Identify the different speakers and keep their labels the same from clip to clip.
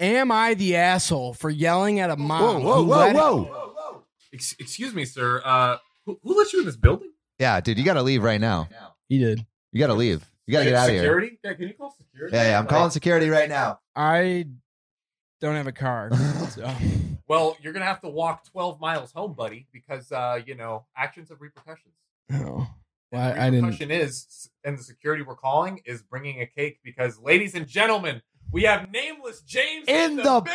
Speaker 1: Am I the asshole for yelling at a mom?
Speaker 2: Whoa, whoa,
Speaker 1: who
Speaker 2: whoa,
Speaker 1: let-
Speaker 2: whoa.
Speaker 3: Ex- excuse me, sir. Uh, who, who let you in this building?
Speaker 2: Yeah, dude, you got to leave right now.
Speaker 1: He did.
Speaker 2: You got to leave. You got to get out of here.
Speaker 3: security? Yeah, can you call security?
Speaker 2: Yeah, yeah, I'm
Speaker 3: Like,
Speaker 2: calling security right now.
Speaker 1: I don't have a car. So.
Speaker 3: Well, you're gonna have to walk 12 miles home, buddy, because uh, you know actions have repercussions.
Speaker 1: Oh.
Speaker 3: And
Speaker 1: Well,
Speaker 3: the
Speaker 1: I- I didn't-
Speaker 3: repercussion is, and the security we're calling is bringing a cake because, ladies and gentlemen, we have nameless James
Speaker 2: In the building.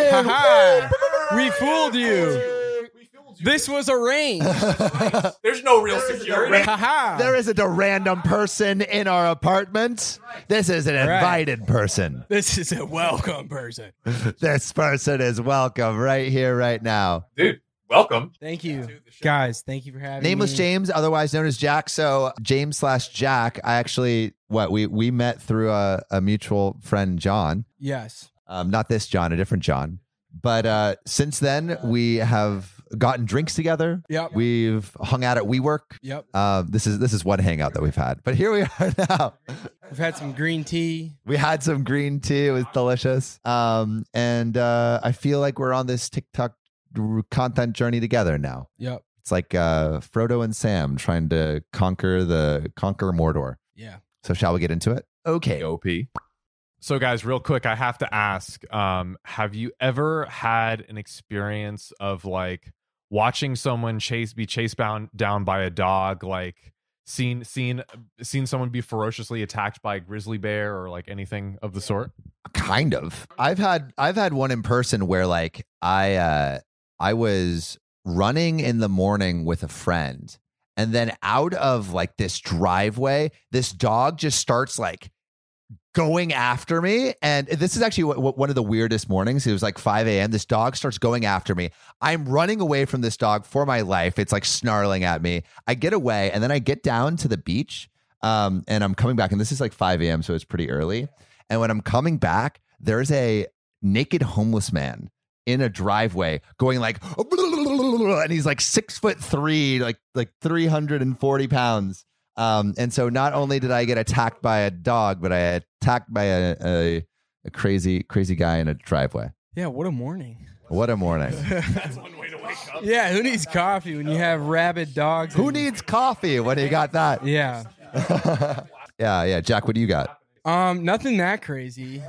Speaker 1: Ha ha. We fooled you.
Speaker 3: We fooled you.
Speaker 1: This was arranged.
Speaker 3: Right. There's no real security.
Speaker 1: Haha.
Speaker 2: There isn't a random person in our apartment. This is an
Speaker 1: Right.
Speaker 2: invited person.
Speaker 1: This is a welcome person.
Speaker 2: This person is welcome right here, right now.
Speaker 3: Dude, welcome.
Speaker 1: Thank you.
Speaker 3: to the show.
Speaker 1: Guys, thank you for having
Speaker 2: Nameless
Speaker 1: me.
Speaker 2: James, otherwise known as Jack. So James slash Jack. I actually what we we met through a, a mutual friend, John.
Speaker 1: Yes.
Speaker 2: Um, not this John, a different John. But uh, since then, we have gotten drinks together.
Speaker 1: Yep.
Speaker 2: We've hung out at WeWork.
Speaker 1: Yep.
Speaker 2: Uh, this is this is one hangout that we've had. But here we are now.
Speaker 1: We've had some green tea.
Speaker 2: We had some green tea. It was delicious. Um, and uh, I feel like we're on this TikTok r- content journey together now.
Speaker 1: Yep.
Speaker 2: It's like uh, Frodo and Sam trying to conquer the conquer Mordor.
Speaker 1: Yeah.
Speaker 2: So shall we get into it? Okay.
Speaker 4: OP. So, guys, real quick, I have to ask um, have you ever had an experience of like watching someone chase be chased bound, down by a dog, like seen seen seen someone be ferociously attacked by a grizzly bear or like anything of the sort?
Speaker 2: kind of i've had i've had one in person where like i uh i was running in the morning with a friend and then out of like this driveway this dog just starts like going after me and this is actually w- one of the weirdest mornings it was like 5 a.m this dog starts going after me i'm running away from this dog for my life it's like snarling at me i get away and then i get down to the beach um, and i'm coming back and this is like 5 a.m so it's pretty early and when I'm coming back, there's a naked homeless man in a driveway going like, and he's like six foot three, like like 340 pounds. Um, and so not only did I get attacked by a dog, but I attacked by a, a, a crazy, crazy guy in a driveway.
Speaker 1: Yeah. What a morning.
Speaker 2: What a morning.
Speaker 3: That's one way to wake up.
Speaker 1: Yeah. Who needs coffee when you have rabid dogs?
Speaker 2: Who
Speaker 1: and-
Speaker 2: needs coffee when you got that?
Speaker 1: Yeah.
Speaker 2: yeah, yeah. Jack, what do you got?
Speaker 1: Um. Nothing that crazy.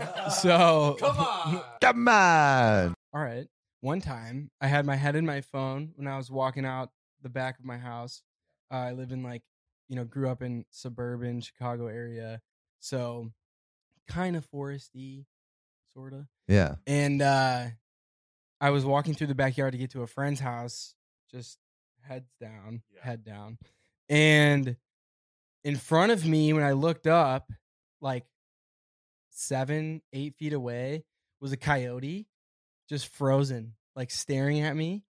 Speaker 1: So.
Speaker 3: Come on.
Speaker 2: Come on.
Speaker 1: All right. One time, I had my head in my phone when I was walking out the back of my house. Uh, I live in like, you know, grew up in suburban Chicago area, so kind of foresty, sorta.
Speaker 2: Yeah.
Speaker 1: And uh, I was walking through the backyard to get to a friend's house, just heads down,
Speaker 3: Yeah.
Speaker 1: head down, and in front of me, when I looked up, like seven, eight feet away, was a coyote just frozen, like staring at me.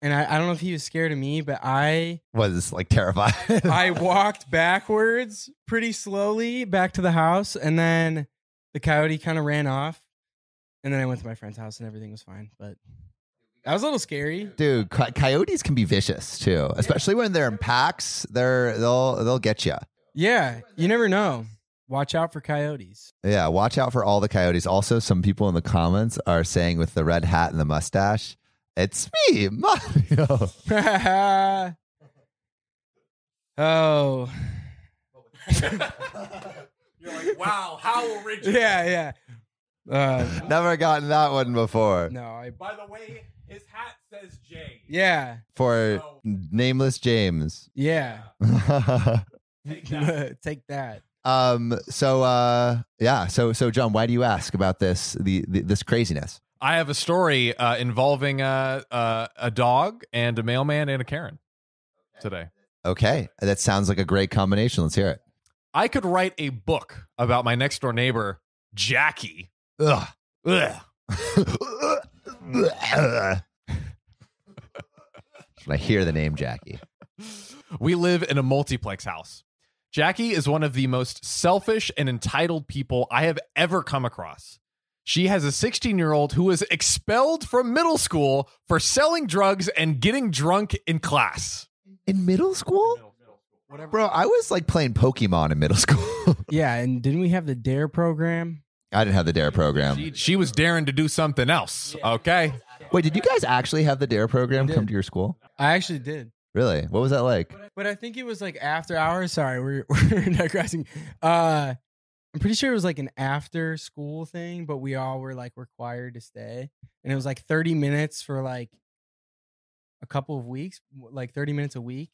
Speaker 1: And I, I don't know if he was scared of me, but I
Speaker 2: Was like terrified.
Speaker 1: I walked backwards pretty slowly back to the house, and then the coyote kind of ran off. And then I went to my friend's house, and everything was fine. But that was a little scary.
Speaker 2: Dude, co- coyotes can be vicious too, especially when they're in packs. They're they'll they'll get you.
Speaker 1: Yeah, you never know. Watch out for coyotes.
Speaker 2: Yeah, watch out for all the coyotes. Also, some people in the comments are saying with the red hat and the mustache, "It's me, Mario."
Speaker 1: oh,
Speaker 3: You're like, wow, how original.
Speaker 1: yeah, yeah. Uh,
Speaker 2: Never gotten that one before.
Speaker 1: no, I
Speaker 3: By the way, his hat says J.
Speaker 1: yeah,
Speaker 2: For nameless James.
Speaker 1: yeah.
Speaker 3: Take that.
Speaker 1: Take that.
Speaker 2: um. So, uh, yeah. So, so John, why do you ask about this? The, the this craziness.
Speaker 4: I have a story uh, involving uh, uh, a dog and a mailman and a Karen today.
Speaker 2: Okay, that sounds like a great combination. Let's hear it.
Speaker 4: I could write a book about my next door neighbor, Jackie.
Speaker 2: Ugh.
Speaker 4: Ugh.
Speaker 2: when I hear the name Jackie.
Speaker 4: we live in a multiplex house. Jackie is one of the most selfish and entitled people I have ever come across. She has a 16 year old who was expelled from middle school for selling drugs and getting drunk in class.
Speaker 2: In middle school? Bro, I was like playing Pokemon in middle school.
Speaker 1: Yeah, and didn't we have the dare program?
Speaker 2: I didn't have the Dare program.
Speaker 4: She, she was daring to do something else. Okay.
Speaker 2: Wait, did you guys actually have the Dare program
Speaker 1: We
Speaker 2: come
Speaker 1: did.
Speaker 2: to your school?
Speaker 1: I actually did.
Speaker 2: Really? What was that like?
Speaker 1: But I think it was like after hours. Sorry, we're we're digressing. Uh, I'm pretty sure it was like an after school thing, but we all were like required to stay, and it was like 30 minutes for like a couple of weeks, w- like 30 minutes a week,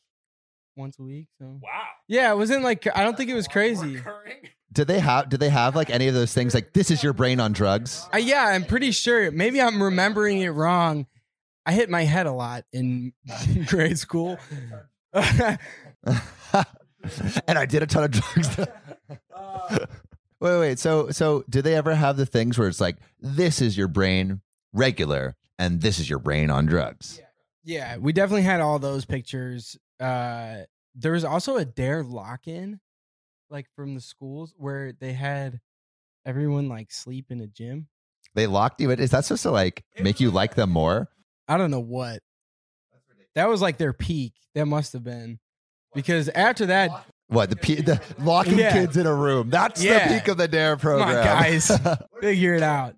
Speaker 1: once a week. So
Speaker 3: Wow.
Speaker 1: yeah, it wasn't like I don't think it was crazy.
Speaker 3: Recurring.
Speaker 2: Did they have? Did they have like any of those things? Like this is your brain on drugs.
Speaker 1: Uh, yeah, I'm pretty sure. Maybe I'm remembering it wrong. I hit my head a lot in grade school.
Speaker 2: and I did a ton of drugs.
Speaker 3: Uh,
Speaker 2: wait, wait. So, so do they ever have the things where it's like, this is your brain regular, and this is your brain on drugs?
Speaker 1: Yeah, we definitely had all those pictures. Uh there was also a dare lock in like from the schools where they had everyone like sleep in a gym.
Speaker 2: They locked you in. Is that supposed to like make you like them more?
Speaker 1: I don't know what. That was like their peak. That must have been. Because after that,
Speaker 2: What the pe- the locking
Speaker 1: Yeah.
Speaker 2: kids in a room? That's
Speaker 1: Yeah.
Speaker 2: the peak of the dare
Speaker 1: on,
Speaker 2: program,
Speaker 1: guys. figure it out.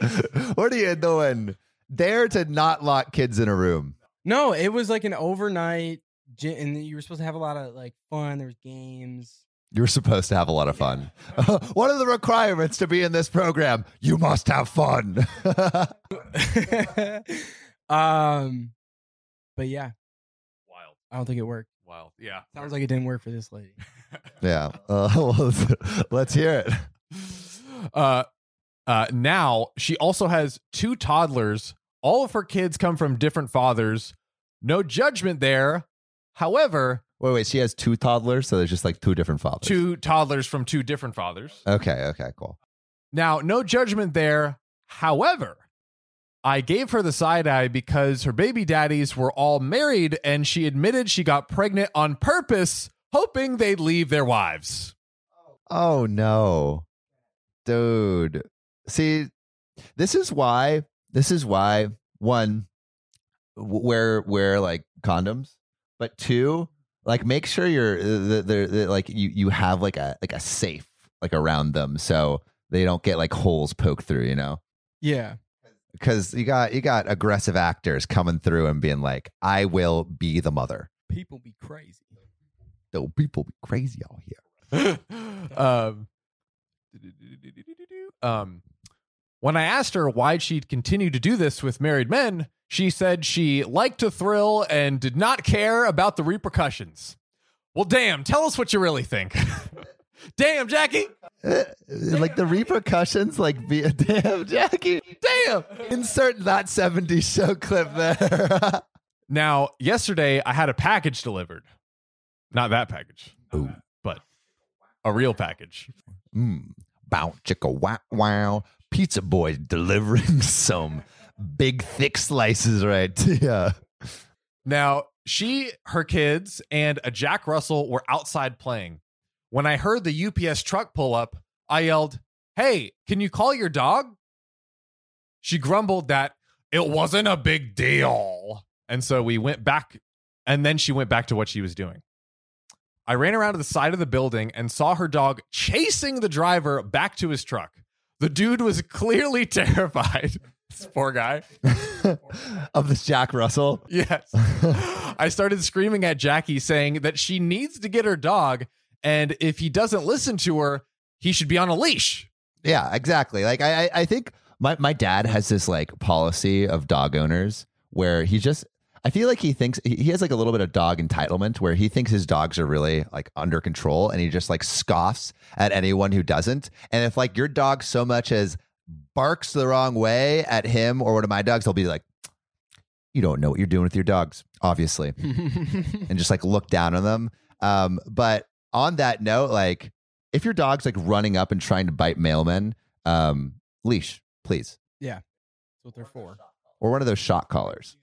Speaker 2: what are you doing? Dare to not lock kids in a room.
Speaker 1: No, it was like an overnight gym and you were supposed to have a lot of like fun. There was games.
Speaker 2: You're supposed to have a lot of fun. One of the requirements to be in this program, you must have fun.
Speaker 1: um but yeah,
Speaker 4: Wild.
Speaker 1: I don't think it worked.
Speaker 4: Wild. Yeah.
Speaker 1: Sounds like it didn't work for this lady.
Speaker 2: yeah. Uh, well, let's hear it.
Speaker 4: uh, uh, now she also has two toddlers. All of her kids come from different fathers. No judgment there. However,
Speaker 2: Wait, wait. She has two toddlers, so there's just like two different fathers.
Speaker 4: two toddlers from two different fathers.
Speaker 2: Okay. Okay. Cool.
Speaker 4: Now, no judgment there. However, I gave her the side eye because her baby daddies were all married and she admitted she got pregnant on purpose, hoping they'd leave their wives.
Speaker 2: Oh no, dude. See, this is why. This is why. One, w- wear wear like condoms, but two, like make sure you're uh, the, the, the like you you have like a like a safe like around them so they don't get like holes poked through. You know.
Speaker 1: Yeah.
Speaker 2: because you got you got aggressive actors coming through and being like, "I will be the mother."
Speaker 1: people be crazy.
Speaker 2: Though people be crazy out here.
Speaker 4: um, um, when I asked her why she'd continue to do this with married men, she said she liked to thrill and did not care about the repercussions. Well, damn, tell us what you really think. damn, Jackie.
Speaker 2: Eh, like the repercussions, like be damn Jackie, damn. Insert that '70s show clip there.
Speaker 4: Now, yesterday I had a package delivered. Not that package,
Speaker 2: Ooh.
Speaker 4: but a real package.
Speaker 2: mm, bounce chicka wow wow. Pizza boy delivering some big thick slices right yeah
Speaker 4: Now, she, her kids, and a Jack Russell were outside playing. When I heard the UPS truck pull up, I yelled, Hey, can you call your dog? She grumbled that it wasn't a big deal. And so we went back, and then she went back to what she was doing. I ran around to the side of the building and saw her dog chasing the driver back to his truck. The dude was clearly terrified. this poor guy.
Speaker 2: of this Jack Russell.
Speaker 4: Yes. I started screaming at Jackie, saying that she needs to get her dog, and if he doesn't listen to her, he should be on a leash.
Speaker 2: Yeah, exactly. Like I, I, I think my, my dad has this like policy of dog owners where he just I feel like he thinks he he has like a little bit of dog entitlement where he thinks his dogs are really like under control and he just like scoffs at anyone who doesn't. And if like your dog so much as barks the wrong way at him or one of my dogs, he'll be like, You don't know what you're doing with your dogs, obviously and just like look down on them. Um, but on that note, like if your dog's like running up and trying to bite mailmen, um, leash, please,
Speaker 1: what they're for.
Speaker 2: or one of those shock collars.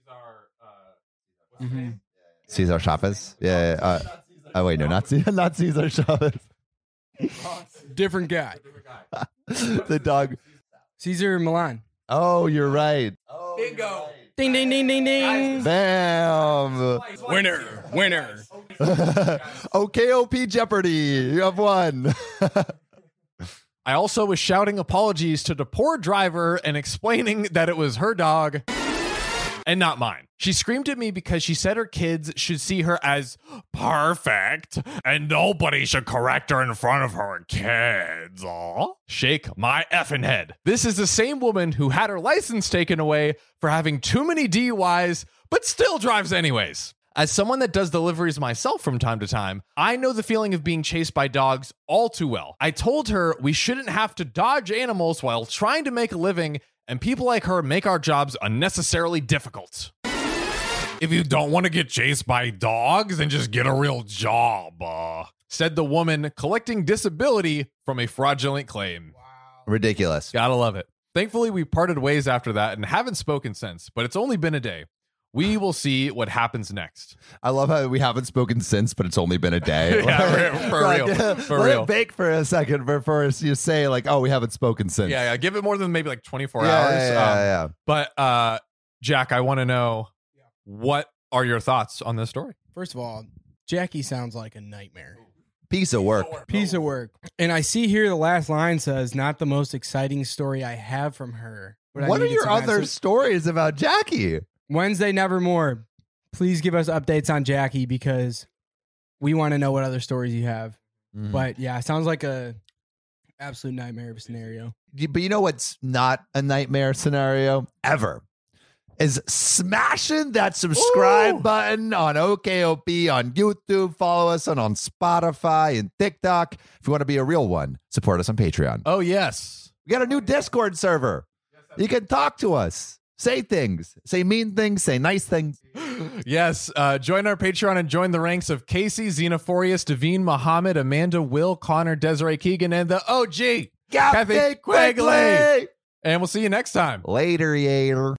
Speaker 2: Cesar Chavez. Yeah. yeah, uh, oh wait, no, not Ce- not Cesar Chavez.
Speaker 1: Different guy.
Speaker 2: the dog.
Speaker 1: Caesar Milan.
Speaker 2: Oh, you're right.
Speaker 3: Bingo.
Speaker 1: Ding ding ding ding ding.
Speaker 2: Bam.
Speaker 1: Winner, winner.
Speaker 2: OKOP Jeopardy. You have won.
Speaker 4: I also was shouting apologies to the poor driver and explaining that it was her dog and not mine. She screamed at me because she said her kids should see her as perfect and nobody should correct her in front of her kids. Aw. Shake my effing head. This is the same woman who had her license taken away for having too many DUIs, but still drives anyways. As someone that does deliveries myself from time to time, I know the feeling of being chased by dogs all too well. I told her we shouldn't have to dodge animals while trying to make a living, and people like her make our jobs unnecessarily difficult. If you don't want to get chased by dogs, then just get a real job, uh, said the woman collecting disability from a fraudulent claim.
Speaker 3: Wow.
Speaker 2: Ridiculous.
Speaker 4: Gotta love it. Thankfully, we parted ways after that and haven't spoken since, but it's only been a day. We will see what happens next.
Speaker 2: I love how we haven't spoken since, but it's only been a day.
Speaker 4: Yeah, for- for
Speaker 2: Like,
Speaker 4: real. For
Speaker 2: let
Speaker 4: real.
Speaker 2: it bake for a second before you say like, "Oh, we haven't spoken since."
Speaker 4: Yeah, yeah. Give it more than maybe like 24
Speaker 2: Yeah,
Speaker 4: hours.
Speaker 2: yeah,
Speaker 4: Um,
Speaker 2: yeah.
Speaker 4: But uh, Jack, I want to know
Speaker 3: Yeah.
Speaker 4: what are your thoughts on this story?
Speaker 1: First of all, Jackie sounds like a nightmare.
Speaker 2: Piece of work.
Speaker 1: Piece of work. And I see here the last line says, "Not the most exciting story I have from her." but I
Speaker 2: What are
Speaker 1: needed
Speaker 2: your
Speaker 1: some
Speaker 2: other
Speaker 1: answers."
Speaker 2: stories about Jackie?
Speaker 1: Wednesday Nevermore? Please give us updates on Jackie because we want to know what other stories you have.
Speaker 2: Hmm.
Speaker 4: Mm-hmm.
Speaker 1: But yeah, sounds like a absolute nightmare of a scenario.
Speaker 2: You- but you know what's not a nightmare scenario ever is smashing that subscribe
Speaker 4: Ooh.
Speaker 2: button on OKOP on YouTube. Follow us on on Spotify and TikTok. If you want to be a real one, support us on Patreon.
Speaker 4: Oh, yes.
Speaker 2: We got a new Discord server. You can talk to us, say things, say mean things, say nice things.
Speaker 4: Yes. Uh, join our Patreon and join the ranks of Casey, Xenophorius, Devine, Muhammad, Amanda, Will, Connor, Desiree Keegan, and the OG. Kathy Quigley. And we'll see you next time.
Speaker 2: Later, Yater.